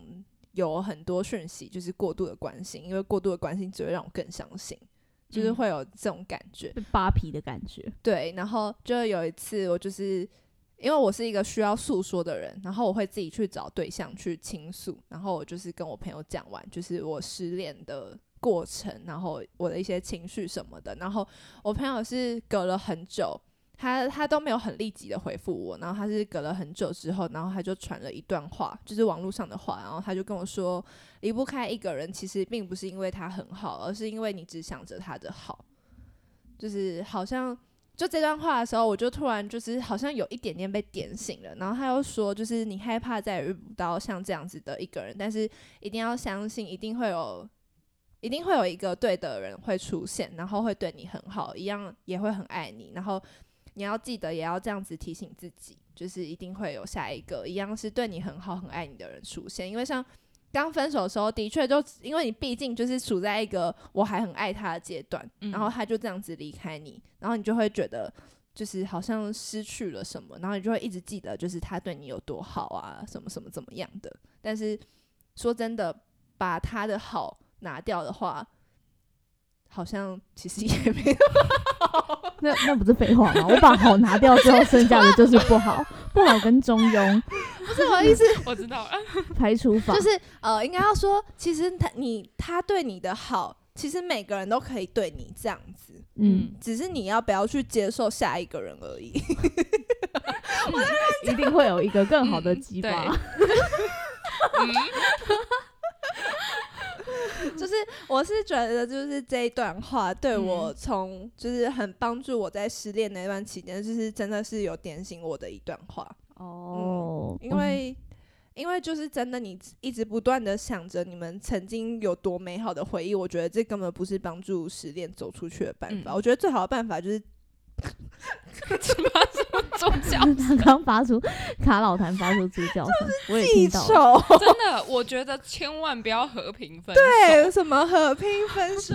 Speaker 1: 有很多讯息，就是过度的关心，因为过度的关心只会让我更伤心，就是
Speaker 2: 嗯
Speaker 1: 会有这种感觉。
Speaker 3: 被扒皮的感觉。
Speaker 1: 对，然后就有一次，我就是因为我是一个需要诉说的人，然后我会自己去找对象去倾诉，然后我就是跟我朋友讲完，就是我失恋的过程，然后我的一些情绪什么的，然后我朋友是隔了很久。他他都没有很立即的回复我，然后他是隔了很久之后，然后他就传了一段话，就是网络上的话，然后他就跟我说，离不开一个人其实并不是因为他很好，而是因为你只想着他的好，就是好像就这段话的时候，我就突然就是好像有一点点被点醒了。然后他又说，就是你害怕再也遇不到像这样子的一个人，但是一定要相信，一定会有，一定会有一个对的人会出现，然后会对你很好，一样也会很爱你。然后你要记得，也要这样子提醒自己，就是一定会有下一个一样是对你很好、很爱你的人出现。因为像刚分手的时候，的确就因为你毕竟就是处在一个我还很爱他的阶段，
Speaker 2: 嗯
Speaker 1: 然后他就这样子离开你，然后你就会觉得。就是好像失去了什么，然后你就会一直记得，就是他对你有多好啊，什么什么怎么样的。但是说真的，把他的好拿掉的话，好像其实 也没有。
Speaker 3: 那那不是废话吗？我把好拿掉之后，剩下的就是不好，不好跟中庸
Speaker 1: 不是我的意思，
Speaker 2: 我知道了，
Speaker 3: 排除法，
Speaker 1: 就是呃，应该要说，其实他你他对你的好，其实每个人都可以对你这样子，
Speaker 3: 嗯，
Speaker 1: 只是你要不要去接受下一个人而已。
Speaker 3: 一定会有一个更好的
Speaker 2: 嗯
Speaker 3: 激
Speaker 2: 对
Speaker 3: 发。
Speaker 2: 嗯，
Speaker 1: 就是我是觉得，就是这一段话对
Speaker 3: 嗯
Speaker 1: 我从就是很帮助我在失恋那段期间，就是真的是有点醒我的一段话，
Speaker 3: 哦，
Speaker 1: 嗯因为。因为就是真的，你一直不断的想着你们曾经有多美好的回忆，我觉得这根本不是帮助失恋走出去的办法。
Speaker 2: 嗯
Speaker 1: 我觉得最好的办法就是
Speaker 2: 宗教
Speaker 3: 嗯刚刚发出卡老谭发出猪叫声，我也
Speaker 1: 记
Speaker 3: 听到了。
Speaker 1: 仇，
Speaker 2: 真的，我觉得千万不要和平分手。
Speaker 1: 对，什么和平分手，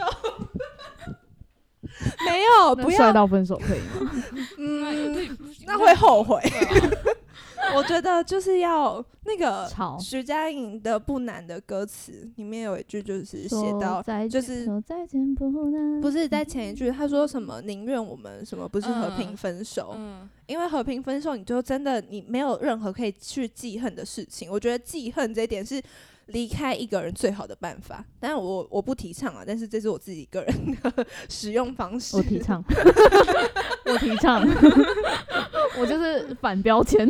Speaker 1: 没有，
Speaker 3: 那
Speaker 1: 不
Speaker 3: 帅
Speaker 1: 要，
Speaker 3: 到分手可以吗？
Speaker 1: 嗯，
Speaker 2: 对，不行
Speaker 1: 那会后悔。
Speaker 2: 对啊
Speaker 1: 我觉得就是要那个
Speaker 3: 吵
Speaker 1: 徐佳莹的《不难》的歌词里面有一句就是写
Speaker 3: 说嗯
Speaker 1: 到，
Speaker 3: 再
Speaker 1: 就
Speaker 3: 见
Speaker 1: 是
Speaker 3: 说再见不难，
Speaker 1: 不是在前一句，他说什么宁愿我们什么不是和平
Speaker 2: 嗯
Speaker 1: 分手，
Speaker 2: 嗯，
Speaker 1: 因为和平分手你就真的你没有任何可以去记恨的事情。我觉得记恨这一点是离开一个人最好的办法，但是我我不提倡啊，但是这是我自己个人的 使用方式。
Speaker 3: 我提 倡，我提倡，我就是反标签。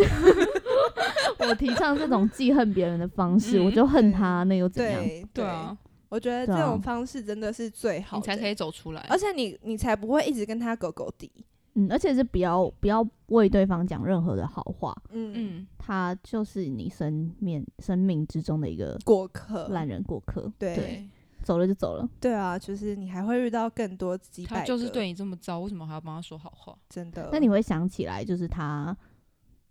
Speaker 3: 我提倡这种记恨别人的方式，
Speaker 2: 嗯
Speaker 3: 我就恨他，那又怎样？
Speaker 1: 对
Speaker 2: 对啊，，
Speaker 1: 我觉得
Speaker 3: 对
Speaker 1: 这
Speaker 3: 啊
Speaker 1: 种方式真的是最好
Speaker 2: 你
Speaker 1: 的，
Speaker 2: 才可以走出来
Speaker 1: 而。且你你才不会一直跟他狗狗敌。
Speaker 3: 嗯，而且是不要不要为对方讲任何的好话，
Speaker 1: 嗯，
Speaker 2: 嗯，
Speaker 3: 他就是你生命生命之中的一个
Speaker 1: 过客。
Speaker 3: 烂人过客。
Speaker 1: 对
Speaker 2: 对，
Speaker 3: 走了就走了。
Speaker 1: 对啊，就是你还会遇到更多几百
Speaker 2: 他
Speaker 1: 个，
Speaker 2: 就是对你这么糟，为什么还要帮他说好话？
Speaker 1: 真的。
Speaker 3: 那你会想起来，就是他，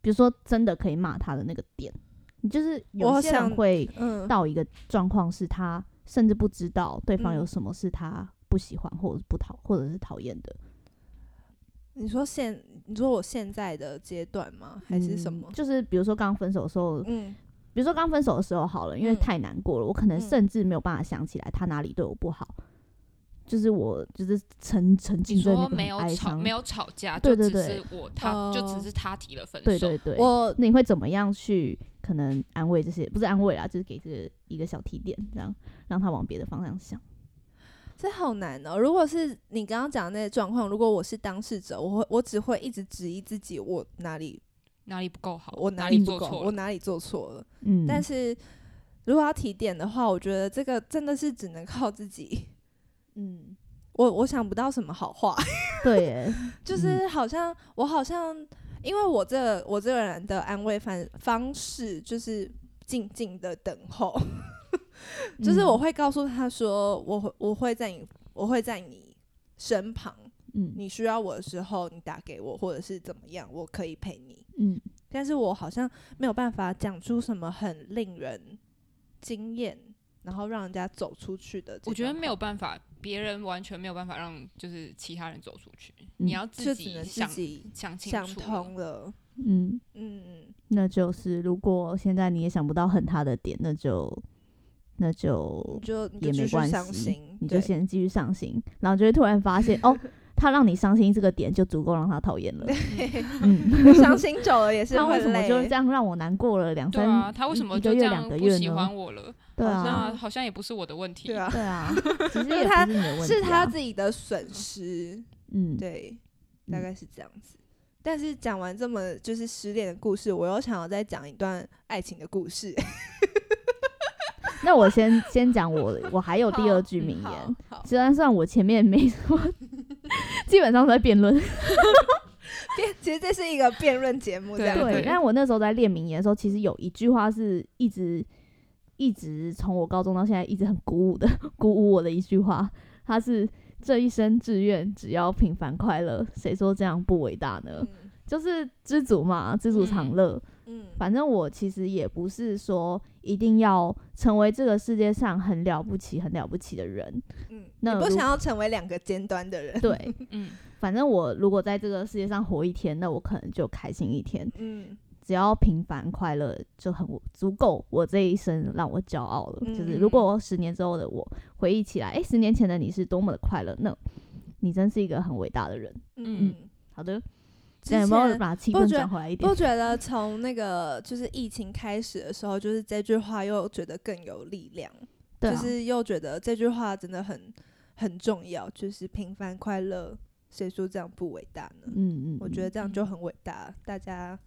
Speaker 3: 比如说真的可以骂他的那个点，你就是有
Speaker 1: 我
Speaker 3: 些人
Speaker 1: 想
Speaker 3: 会
Speaker 1: 嗯，
Speaker 3: 到一个状况，是他甚至不知道对方
Speaker 1: 嗯
Speaker 3: 有什么是他不喜欢或者是不讨或者是讨厌的，
Speaker 1: 你说现你说我现在的阶段吗？还是什
Speaker 3: 嗯
Speaker 1: 么？
Speaker 3: 就是比如说刚分手的时候，
Speaker 1: 嗯
Speaker 3: 比如说刚分手的时候好了，因为
Speaker 1: 嗯
Speaker 3: 太难过了，我可能
Speaker 1: 嗯
Speaker 3: 甚至没有办法想起来他哪里对我不好，就是我就是沉沉浸
Speaker 2: 你
Speaker 3: 在那
Speaker 2: 说
Speaker 3: 个
Speaker 2: 没
Speaker 3: 很
Speaker 2: 有
Speaker 3: 哀
Speaker 2: 吵，
Speaker 3: 伤，
Speaker 2: 没有吵架，
Speaker 3: 对
Speaker 2: 就
Speaker 3: 对
Speaker 2: 只
Speaker 3: 对
Speaker 2: 是我他，就
Speaker 1: 哦
Speaker 2: 只是他提了分
Speaker 3: 对
Speaker 2: 手。
Speaker 3: 对对，
Speaker 1: 我
Speaker 3: 那你会怎么样去可能安慰这些？不是安慰啦，就是给这个一个小提点，这样让他往别的方向想。
Speaker 1: 这好难哦。如果是你刚刚讲的那些状况，如果我是当事者，我会我只会一直质疑自己，我哪里
Speaker 2: 哪里不够好？
Speaker 1: 我
Speaker 2: 哪
Speaker 1: 里不
Speaker 2: 做
Speaker 1: 够，
Speaker 2: 错
Speaker 1: 我
Speaker 2: 了？
Speaker 1: 哪里做错了。
Speaker 3: 嗯，
Speaker 1: 但是如果要提点的话，我觉得这个真的是只能靠自己。
Speaker 3: 嗯，
Speaker 1: 我我想不到什么好话，
Speaker 3: 对耶，
Speaker 2: 嗯
Speaker 1: 就是好像我好像，因为我这我这个人的安慰方方式就是静静的等候， 就是我
Speaker 3: 嗯，
Speaker 1: 会告诉他说，我会我会在你我会在你身旁，
Speaker 3: 嗯
Speaker 1: 你需要我的时候你打给我，或者是怎么样，我可以陪你。
Speaker 3: 嗯，
Speaker 1: 但是我好像没有办法讲出什么很令人惊艳，然后让人家走出去的这段话。
Speaker 2: 我觉得没有办法，别人完全没有办法让就是其他人走出去，
Speaker 3: 嗯
Speaker 2: 你要
Speaker 1: 就
Speaker 2: 自
Speaker 1: 只
Speaker 2: 己
Speaker 1: 能自
Speaker 2: 想
Speaker 1: 己
Speaker 2: 想清
Speaker 1: 想
Speaker 2: 楚了。
Speaker 1: 通了。
Speaker 3: 嗯，
Speaker 1: 嗯嗯，
Speaker 3: 那就是如果现在你也想不到恨他的点，那就那
Speaker 1: 你
Speaker 3: 就
Speaker 1: 就你就
Speaker 3: 也没
Speaker 1: 继续
Speaker 3: 关
Speaker 1: 伤
Speaker 3: 系
Speaker 1: 心，
Speaker 3: 你就
Speaker 1: 对
Speaker 3: 先继续上心，然后就会突然发 现哦。他让你伤心这个点就足够让他讨厌了。 嗯，
Speaker 1: 伤心久了也是
Speaker 3: 他
Speaker 1: 会
Speaker 3: 为什么
Speaker 1: 累。
Speaker 3: 就是这样让我难过了两
Speaker 2: 对
Speaker 3: 三
Speaker 2: 啊，他为什
Speaker 3: 一
Speaker 2: 么
Speaker 3: 一
Speaker 2: 就
Speaker 3: 个
Speaker 2: 这
Speaker 3: 月
Speaker 2: 样
Speaker 3: 两个
Speaker 2: 不
Speaker 3: 月
Speaker 2: 喜
Speaker 3: 呢
Speaker 2: 欢？我了？
Speaker 3: 对
Speaker 1: 好像
Speaker 3: 啊，
Speaker 2: 那好像也 不是我的问题。
Speaker 1: 对啊，
Speaker 3: 对啊，其实
Speaker 1: 是
Speaker 3: 也
Speaker 1: 他
Speaker 3: 不是你的 问题、啊，
Speaker 1: 是他自己的损失，
Speaker 3: 嗯，
Speaker 1: 对，
Speaker 3: 嗯
Speaker 1: 大概是这样子。但是讲完这么就是失恋的故事，我又想要再讲一段爱情的故事。
Speaker 3: 那我先 先讲我，我还 有第二句名
Speaker 1: 好
Speaker 3: 言。，
Speaker 1: 好，
Speaker 3: 虽然算我前面没什 么，基本上都在辩论。
Speaker 1: 辩，其实这是一个辩论节 目，这样
Speaker 2: 对
Speaker 3: 对，但我那时候在练名言的时候，其实有一句话是一直一直从我高中到现在一直很鼓舞的， 鼓舞我的一句话，它是这一生志愿只要平凡快乐，谁说这样不伟大呢？
Speaker 1: 嗯
Speaker 3: 就是知足嘛，知足常
Speaker 2: 嗯
Speaker 3: 乐。
Speaker 1: 嗯，
Speaker 3: 反正我其实也不是说一定要成为这个世界上很了不起、很了不起的人，
Speaker 1: 嗯，你
Speaker 3: 那
Speaker 1: 不
Speaker 3: 如
Speaker 1: 想要成为两个尖端的人，
Speaker 3: 对。
Speaker 2: 嗯，
Speaker 3: 反正我如果在这个世界上活一天，那我可能就开心一天。
Speaker 1: 嗯，
Speaker 3: 只要平凡快乐就很足够，我这一生让我骄傲了。
Speaker 1: 嗯
Speaker 3: 就是如果十年之后的我回忆起来，诶，十年前的你是多么的快乐，那你真是一个很伟大的人。
Speaker 1: 嗯，
Speaker 3: 好的，
Speaker 1: 之
Speaker 3: 这样有没有
Speaker 1: 前
Speaker 3: 把气
Speaker 1: 不
Speaker 3: 氛
Speaker 1: 觉
Speaker 3: 转回来一点
Speaker 1: 不？觉得从那个就是疫情开始的时候，就是这句话又觉得更有力量，
Speaker 3: 对啊，
Speaker 1: 就是又觉得这句话真的很很重要，就是平凡快乐，谁说这样不伟大呢？
Speaker 3: 嗯嗯，
Speaker 1: 我觉
Speaker 3: 得
Speaker 1: 得这样就很伟大，大家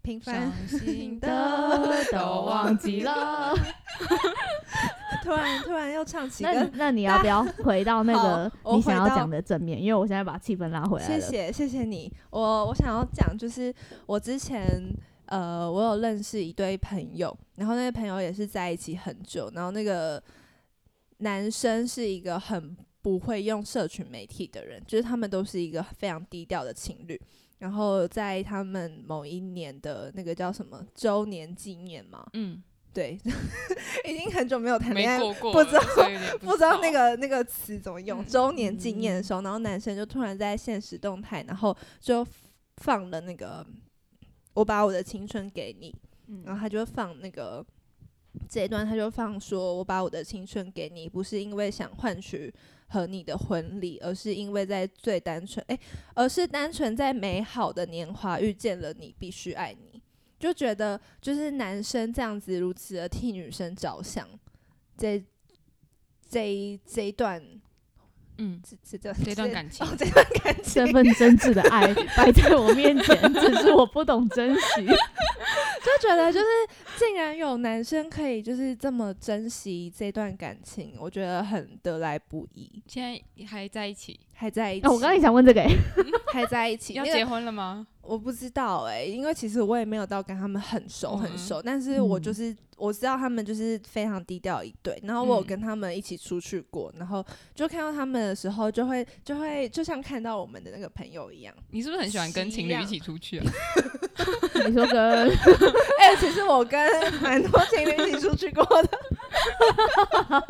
Speaker 1: 平凡
Speaker 2: 伤。心的
Speaker 3: 的
Speaker 2: 都
Speaker 3: 都
Speaker 2: 忘
Speaker 3: 忘
Speaker 2: 记
Speaker 3: 记
Speaker 2: 了
Speaker 3: 了。
Speaker 1: 突然突然又唱起
Speaker 3: 那
Speaker 1: 歌
Speaker 3: 你，那你要不要回到那个
Speaker 1: 好我
Speaker 3: 你想要
Speaker 1: 回到
Speaker 3: 讲的正面？因为我现在把气氛拉回来
Speaker 1: 谢
Speaker 3: 了。
Speaker 1: 谢谢谢你，我我想要讲就是我之前呃，我有认识一对朋友，然后那些朋友也是在一起很久，然后那个男生是一个很不会用社群媒体的人，就是他们都是一个非常低调的情侣。然后在他们某一年的那个叫什么周年纪念嘛，
Speaker 2: 嗯，
Speaker 1: 对，已经很久没有谈恋
Speaker 2: 没
Speaker 1: 爱
Speaker 2: 过过
Speaker 1: 不
Speaker 2: 了，
Speaker 1: 知道
Speaker 2: 所以有点
Speaker 1: 不知道那个那个词怎么用。
Speaker 2: 嗯
Speaker 1: 周年纪念的时候，然后男生就突然在现实动态，然后就放了那个“我把我的青春给你”，
Speaker 2: 嗯
Speaker 1: 然后他就放那个这一段，他就放说：“我把我的青春给你，不是因为想换取和你的婚礼，而是因为在最单纯，诶，而是单纯在美好的年华遇见了你，必须爱你。”就觉得就是男生这样子如此的替女生着想，这这一这一段
Speaker 2: 嗯，
Speaker 1: 这这段
Speaker 2: 这段感 情
Speaker 1: 哦，这段感情
Speaker 3: 这份真挚的爱摆在我面 前，只是我不懂珍惜。
Speaker 1: 就觉 得就是竟然有男生可以就是这么珍惜这段感情，我觉得很得来不易，
Speaker 2: 现在还在一起，
Speaker 1: 还在一起。
Speaker 2: 哦
Speaker 3: 那我刚才想问这个、欸，
Speaker 1: 还在一起，
Speaker 2: 要
Speaker 1: 那
Speaker 2: 结
Speaker 1: 个
Speaker 2: 婚了吗？
Speaker 1: 我不知道哎、因为其实我也没有到跟他们很熟
Speaker 2: 嗯
Speaker 1: 很熟，但是我就是我知道他们就是非常低调一对，然后我有
Speaker 2: 嗯
Speaker 1: 跟他们一起出去过，然后就看到他们的时候就会就会就像看到我们的那个朋友一样。
Speaker 2: 你是不是很喜欢跟情侣一起出去啊？
Speaker 3: 你说跟
Speaker 1: 哎、其实我跟蛮多情侣一起出去过的。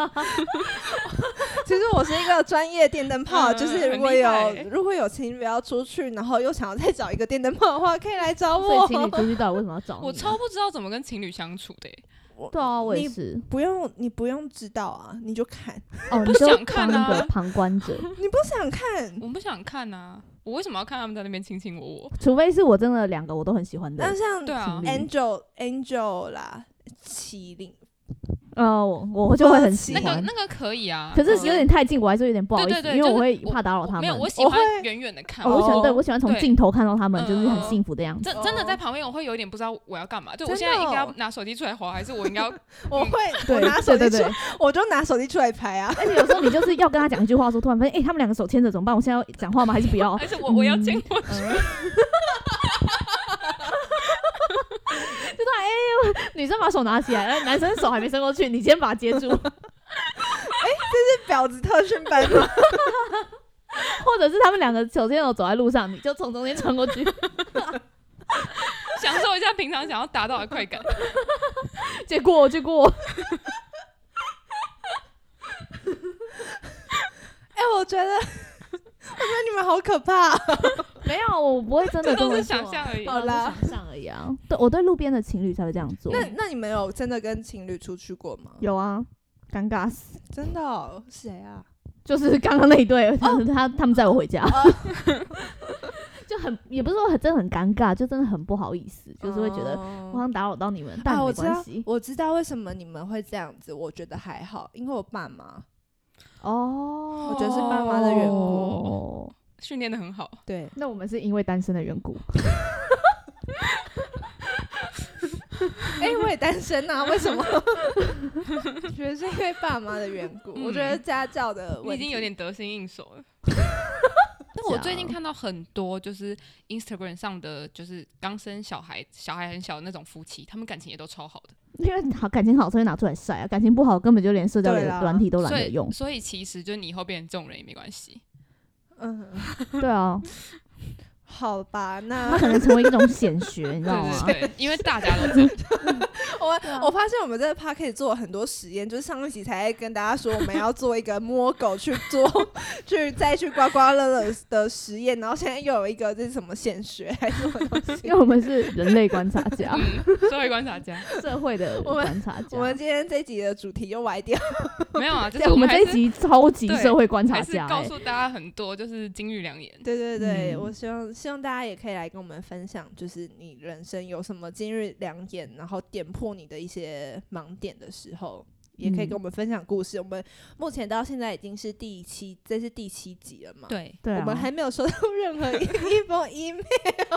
Speaker 1: 其实我是一个专业电灯泡，
Speaker 2: 嗯
Speaker 1: 就是如果
Speaker 2: 很厉
Speaker 1: 有
Speaker 2: 害欸
Speaker 1: 如果有情侣要出去，然后又想要再找一个电灯泡的话，可以来找
Speaker 3: 所以
Speaker 1: 我。
Speaker 3: 情侣出去到底为什么要找 你？
Speaker 2: 哦
Speaker 3: 啊
Speaker 2: 我超不知道怎么跟情侣相处的欸，
Speaker 3: 对啊，我也
Speaker 1: 你
Speaker 3: 是。
Speaker 1: 不用，你不用知道啊，你就看，
Speaker 3: 哦，
Speaker 2: 不
Speaker 3: 你就
Speaker 2: 想看
Speaker 3: 当那
Speaker 2: 啊
Speaker 3: 个旁观者，
Speaker 1: 你不想看。
Speaker 2: 我不想看啊，我为什么要看他们在那边卿卿我我？
Speaker 3: 除非是我真的两个我都很喜欢的
Speaker 1: 那
Speaker 3: 人。
Speaker 1: 像
Speaker 2: 对啊
Speaker 3: 情侣
Speaker 1: Angel Angel 啦，麒麟，
Speaker 3: 呃，我我就会很喜
Speaker 2: 那个
Speaker 3: 欢，
Speaker 2: 那个可以啊，
Speaker 3: 可是
Speaker 1: 嗯
Speaker 3: 有点太近，我还是有点不好意
Speaker 2: 对对对
Speaker 3: 思，因为我会
Speaker 2: 就是我
Speaker 3: 怕打扰他
Speaker 2: 没有，。
Speaker 3: 们
Speaker 2: 我喜
Speaker 1: 我
Speaker 2: 欢
Speaker 1: 会
Speaker 2: 远远的看，
Speaker 3: 哦，我喜欢，对我喜欢从
Speaker 2: 对
Speaker 3: 镜头看到他们，就是很
Speaker 2: 嗯
Speaker 3: 幸福 的样子。
Speaker 2: 真真的在旁边，我会有点不知道我要干嘛。就我
Speaker 1: 真
Speaker 2: 现
Speaker 1: 的
Speaker 2: 在应该要
Speaker 1: 哦
Speaker 2: 拿手机出来滑，还是我应该 要？
Speaker 1: 我会，我
Speaker 3: 对
Speaker 1: 拿手
Speaker 3: 对
Speaker 1: 机
Speaker 3: 对
Speaker 1: 出
Speaker 3: 对，，
Speaker 1: 我就拿手机出来拍啊。
Speaker 3: 而且有时候你就是要跟他讲一句话的时候，突然发现，哎，他们两个手牵着怎么办？我现在要讲话吗？还是不要
Speaker 2: 还是我我要
Speaker 3: 嗯
Speaker 2: 经过去？
Speaker 3: 就突然哎、女生把手拿起来，然后男生手还没伸过去，你先把它接住， 或
Speaker 1: 婊子特训班吗？
Speaker 3: 者是他们两个手牵手走在路上，你就从中间穿过去，
Speaker 2: 享受一下平常想要达到的快 感。
Speaker 3: 结果结果
Speaker 1: 哎、我觉得，我觉 得你们好可怕、啊
Speaker 3: 没有，我不会真的
Speaker 2: 这
Speaker 3: 这
Speaker 2: 都
Speaker 3: 么
Speaker 2: 是
Speaker 3: 做
Speaker 2: 想象而已
Speaker 3: 对啊
Speaker 1: 好啦
Speaker 3: 都是想象而已啊。 对，我对路边的情侣才会这样做。
Speaker 1: 那那你们有真的跟情侣出去过吗？
Speaker 3: 有啊，尴尬死，
Speaker 1: 真的、哦？谁啊？
Speaker 3: 就是刚刚那一对，就是 他他们载我回家。 就很也不是说很真的很尴尬，就真的很不好意思，就是会觉得我好
Speaker 1: 哦
Speaker 3: 像打扰到你们，
Speaker 1: 啊，
Speaker 3: 但没
Speaker 1: 我知
Speaker 3: 关
Speaker 1: 道
Speaker 3: 系，
Speaker 1: 我知道为什么你们会这样子，我觉得还好，因为我爸妈，
Speaker 3: 哦。
Speaker 1: 我觉得是爸妈的缘故哦
Speaker 3: 故。
Speaker 2: 训练的很好，
Speaker 1: 对，
Speaker 3: 那我们是因为单身的缘故，
Speaker 1: 哎、我也单身啊， 为什么？我觉得是因为爸妈的缘故，
Speaker 2: 嗯
Speaker 1: 我觉得家教的
Speaker 2: 你
Speaker 1: 问
Speaker 2: 已
Speaker 1: 题
Speaker 2: 经有点得心应手 了。但我最近看到很多就是 Instagram 上的，就是刚生小孩、小孩很小的那种夫妻，他们感情也都超好的。
Speaker 3: 因为好感情好才会拿出来晒啊，感情不好根本就连社交
Speaker 1: 对啦
Speaker 3: 软体都懒
Speaker 2: 所
Speaker 3: 得用
Speaker 2: 以，。所以其实就是你以后变成这种人也没关系。
Speaker 1: 嗯，
Speaker 3: 对啊，
Speaker 1: 好吧，
Speaker 3: 它
Speaker 1: 那
Speaker 3: 可能成为一种显学，你知道吗？
Speaker 2: 对对对，因为大家都这样。
Speaker 1: 我我发现我们这个 p a r k 做了很多实验，就是上一集才跟大家说我们要做一个摸狗去 做去再去刮刮乐乐的实验，然后现在又有一个这是什么显学还是什么东西
Speaker 3: 因为？我们是人类观察 家，
Speaker 2: 嗯，社会观察家
Speaker 3: 社会的
Speaker 1: 我们
Speaker 3: 观察家。
Speaker 1: 我们今天这集的主题又歪 掉，
Speaker 2: 没有啊，就
Speaker 3: 对，
Speaker 2: 是
Speaker 3: 我们
Speaker 2: 还
Speaker 3: 这一
Speaker 2: 是
Speaker 3: 集超级
Speaker 2: 对
Speaker 3: 社会观察
Speaker 2: 还是
Speaker 3: 家、
Speaker 2: 告
Speaker 3: 欸，
Speaker 2: 诉大家很多，就是金玉良言。
Speaker 1: 对对对，
Speaker 3: 嗯
Speaker 1: 我希望希望大家也可以来跟我们分享，就是你人生有什么今日两眼，然后点破你的一些盲点的时候，也可以
Speaker 3: 嗯
Speaker 1: 跟我们分享故事。我们目前到现在已经是第七，这是第七集了嘛？，
Speaker 2: 对，
Speaker 3: 对、啊，
Speaker 1: 我们还没有收到任何 一一封 email，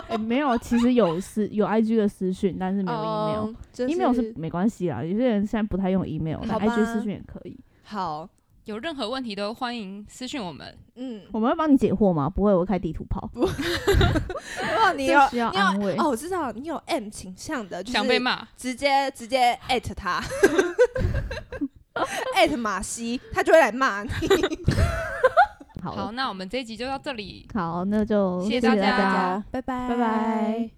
Speaker 3: 哎、没有，其实有私有 IG 的私讯，但是 没有 email。
Speaker 1: 嗯就是
Speaker 3: email 是没关系啦，有些人现在不太用 email，但
Speaker 1: 好吧
Speaker 3: IG 私讯也可以。
Speaker 1: 好，
Speaker 2: 有任何问题都欢迎私讯我们。
Speaker 1: 嗯，
Speaker 3: 我们会帮你解惑吗？不会，我会开地图炮。
Speaker 1: 如果你
Speaker 3: 这
Speaker 1: 有
Speaker 3: 需要
Speaker 1: 你有
Speaker 3: 安慰
Speaker 1: 哦，我知道你有 M 倾向的，就
Speaker 2: 想被
Speaker 1: 是
Speaker 2: 骂，
Speaker 1: 直接直接艾特 他，艾特马西，他就会来骂你。
Speaker 3: 好
Speaker 2: 好，那我们这一集就到这里。
Speaker 3: 好，那就
Speaker 2: 谢谢
Speaker 3: 大
Speaker 2: 大家
Speaker 3: 家。
Speaker 1: 拜拜，
Speaker 3: 拜拜。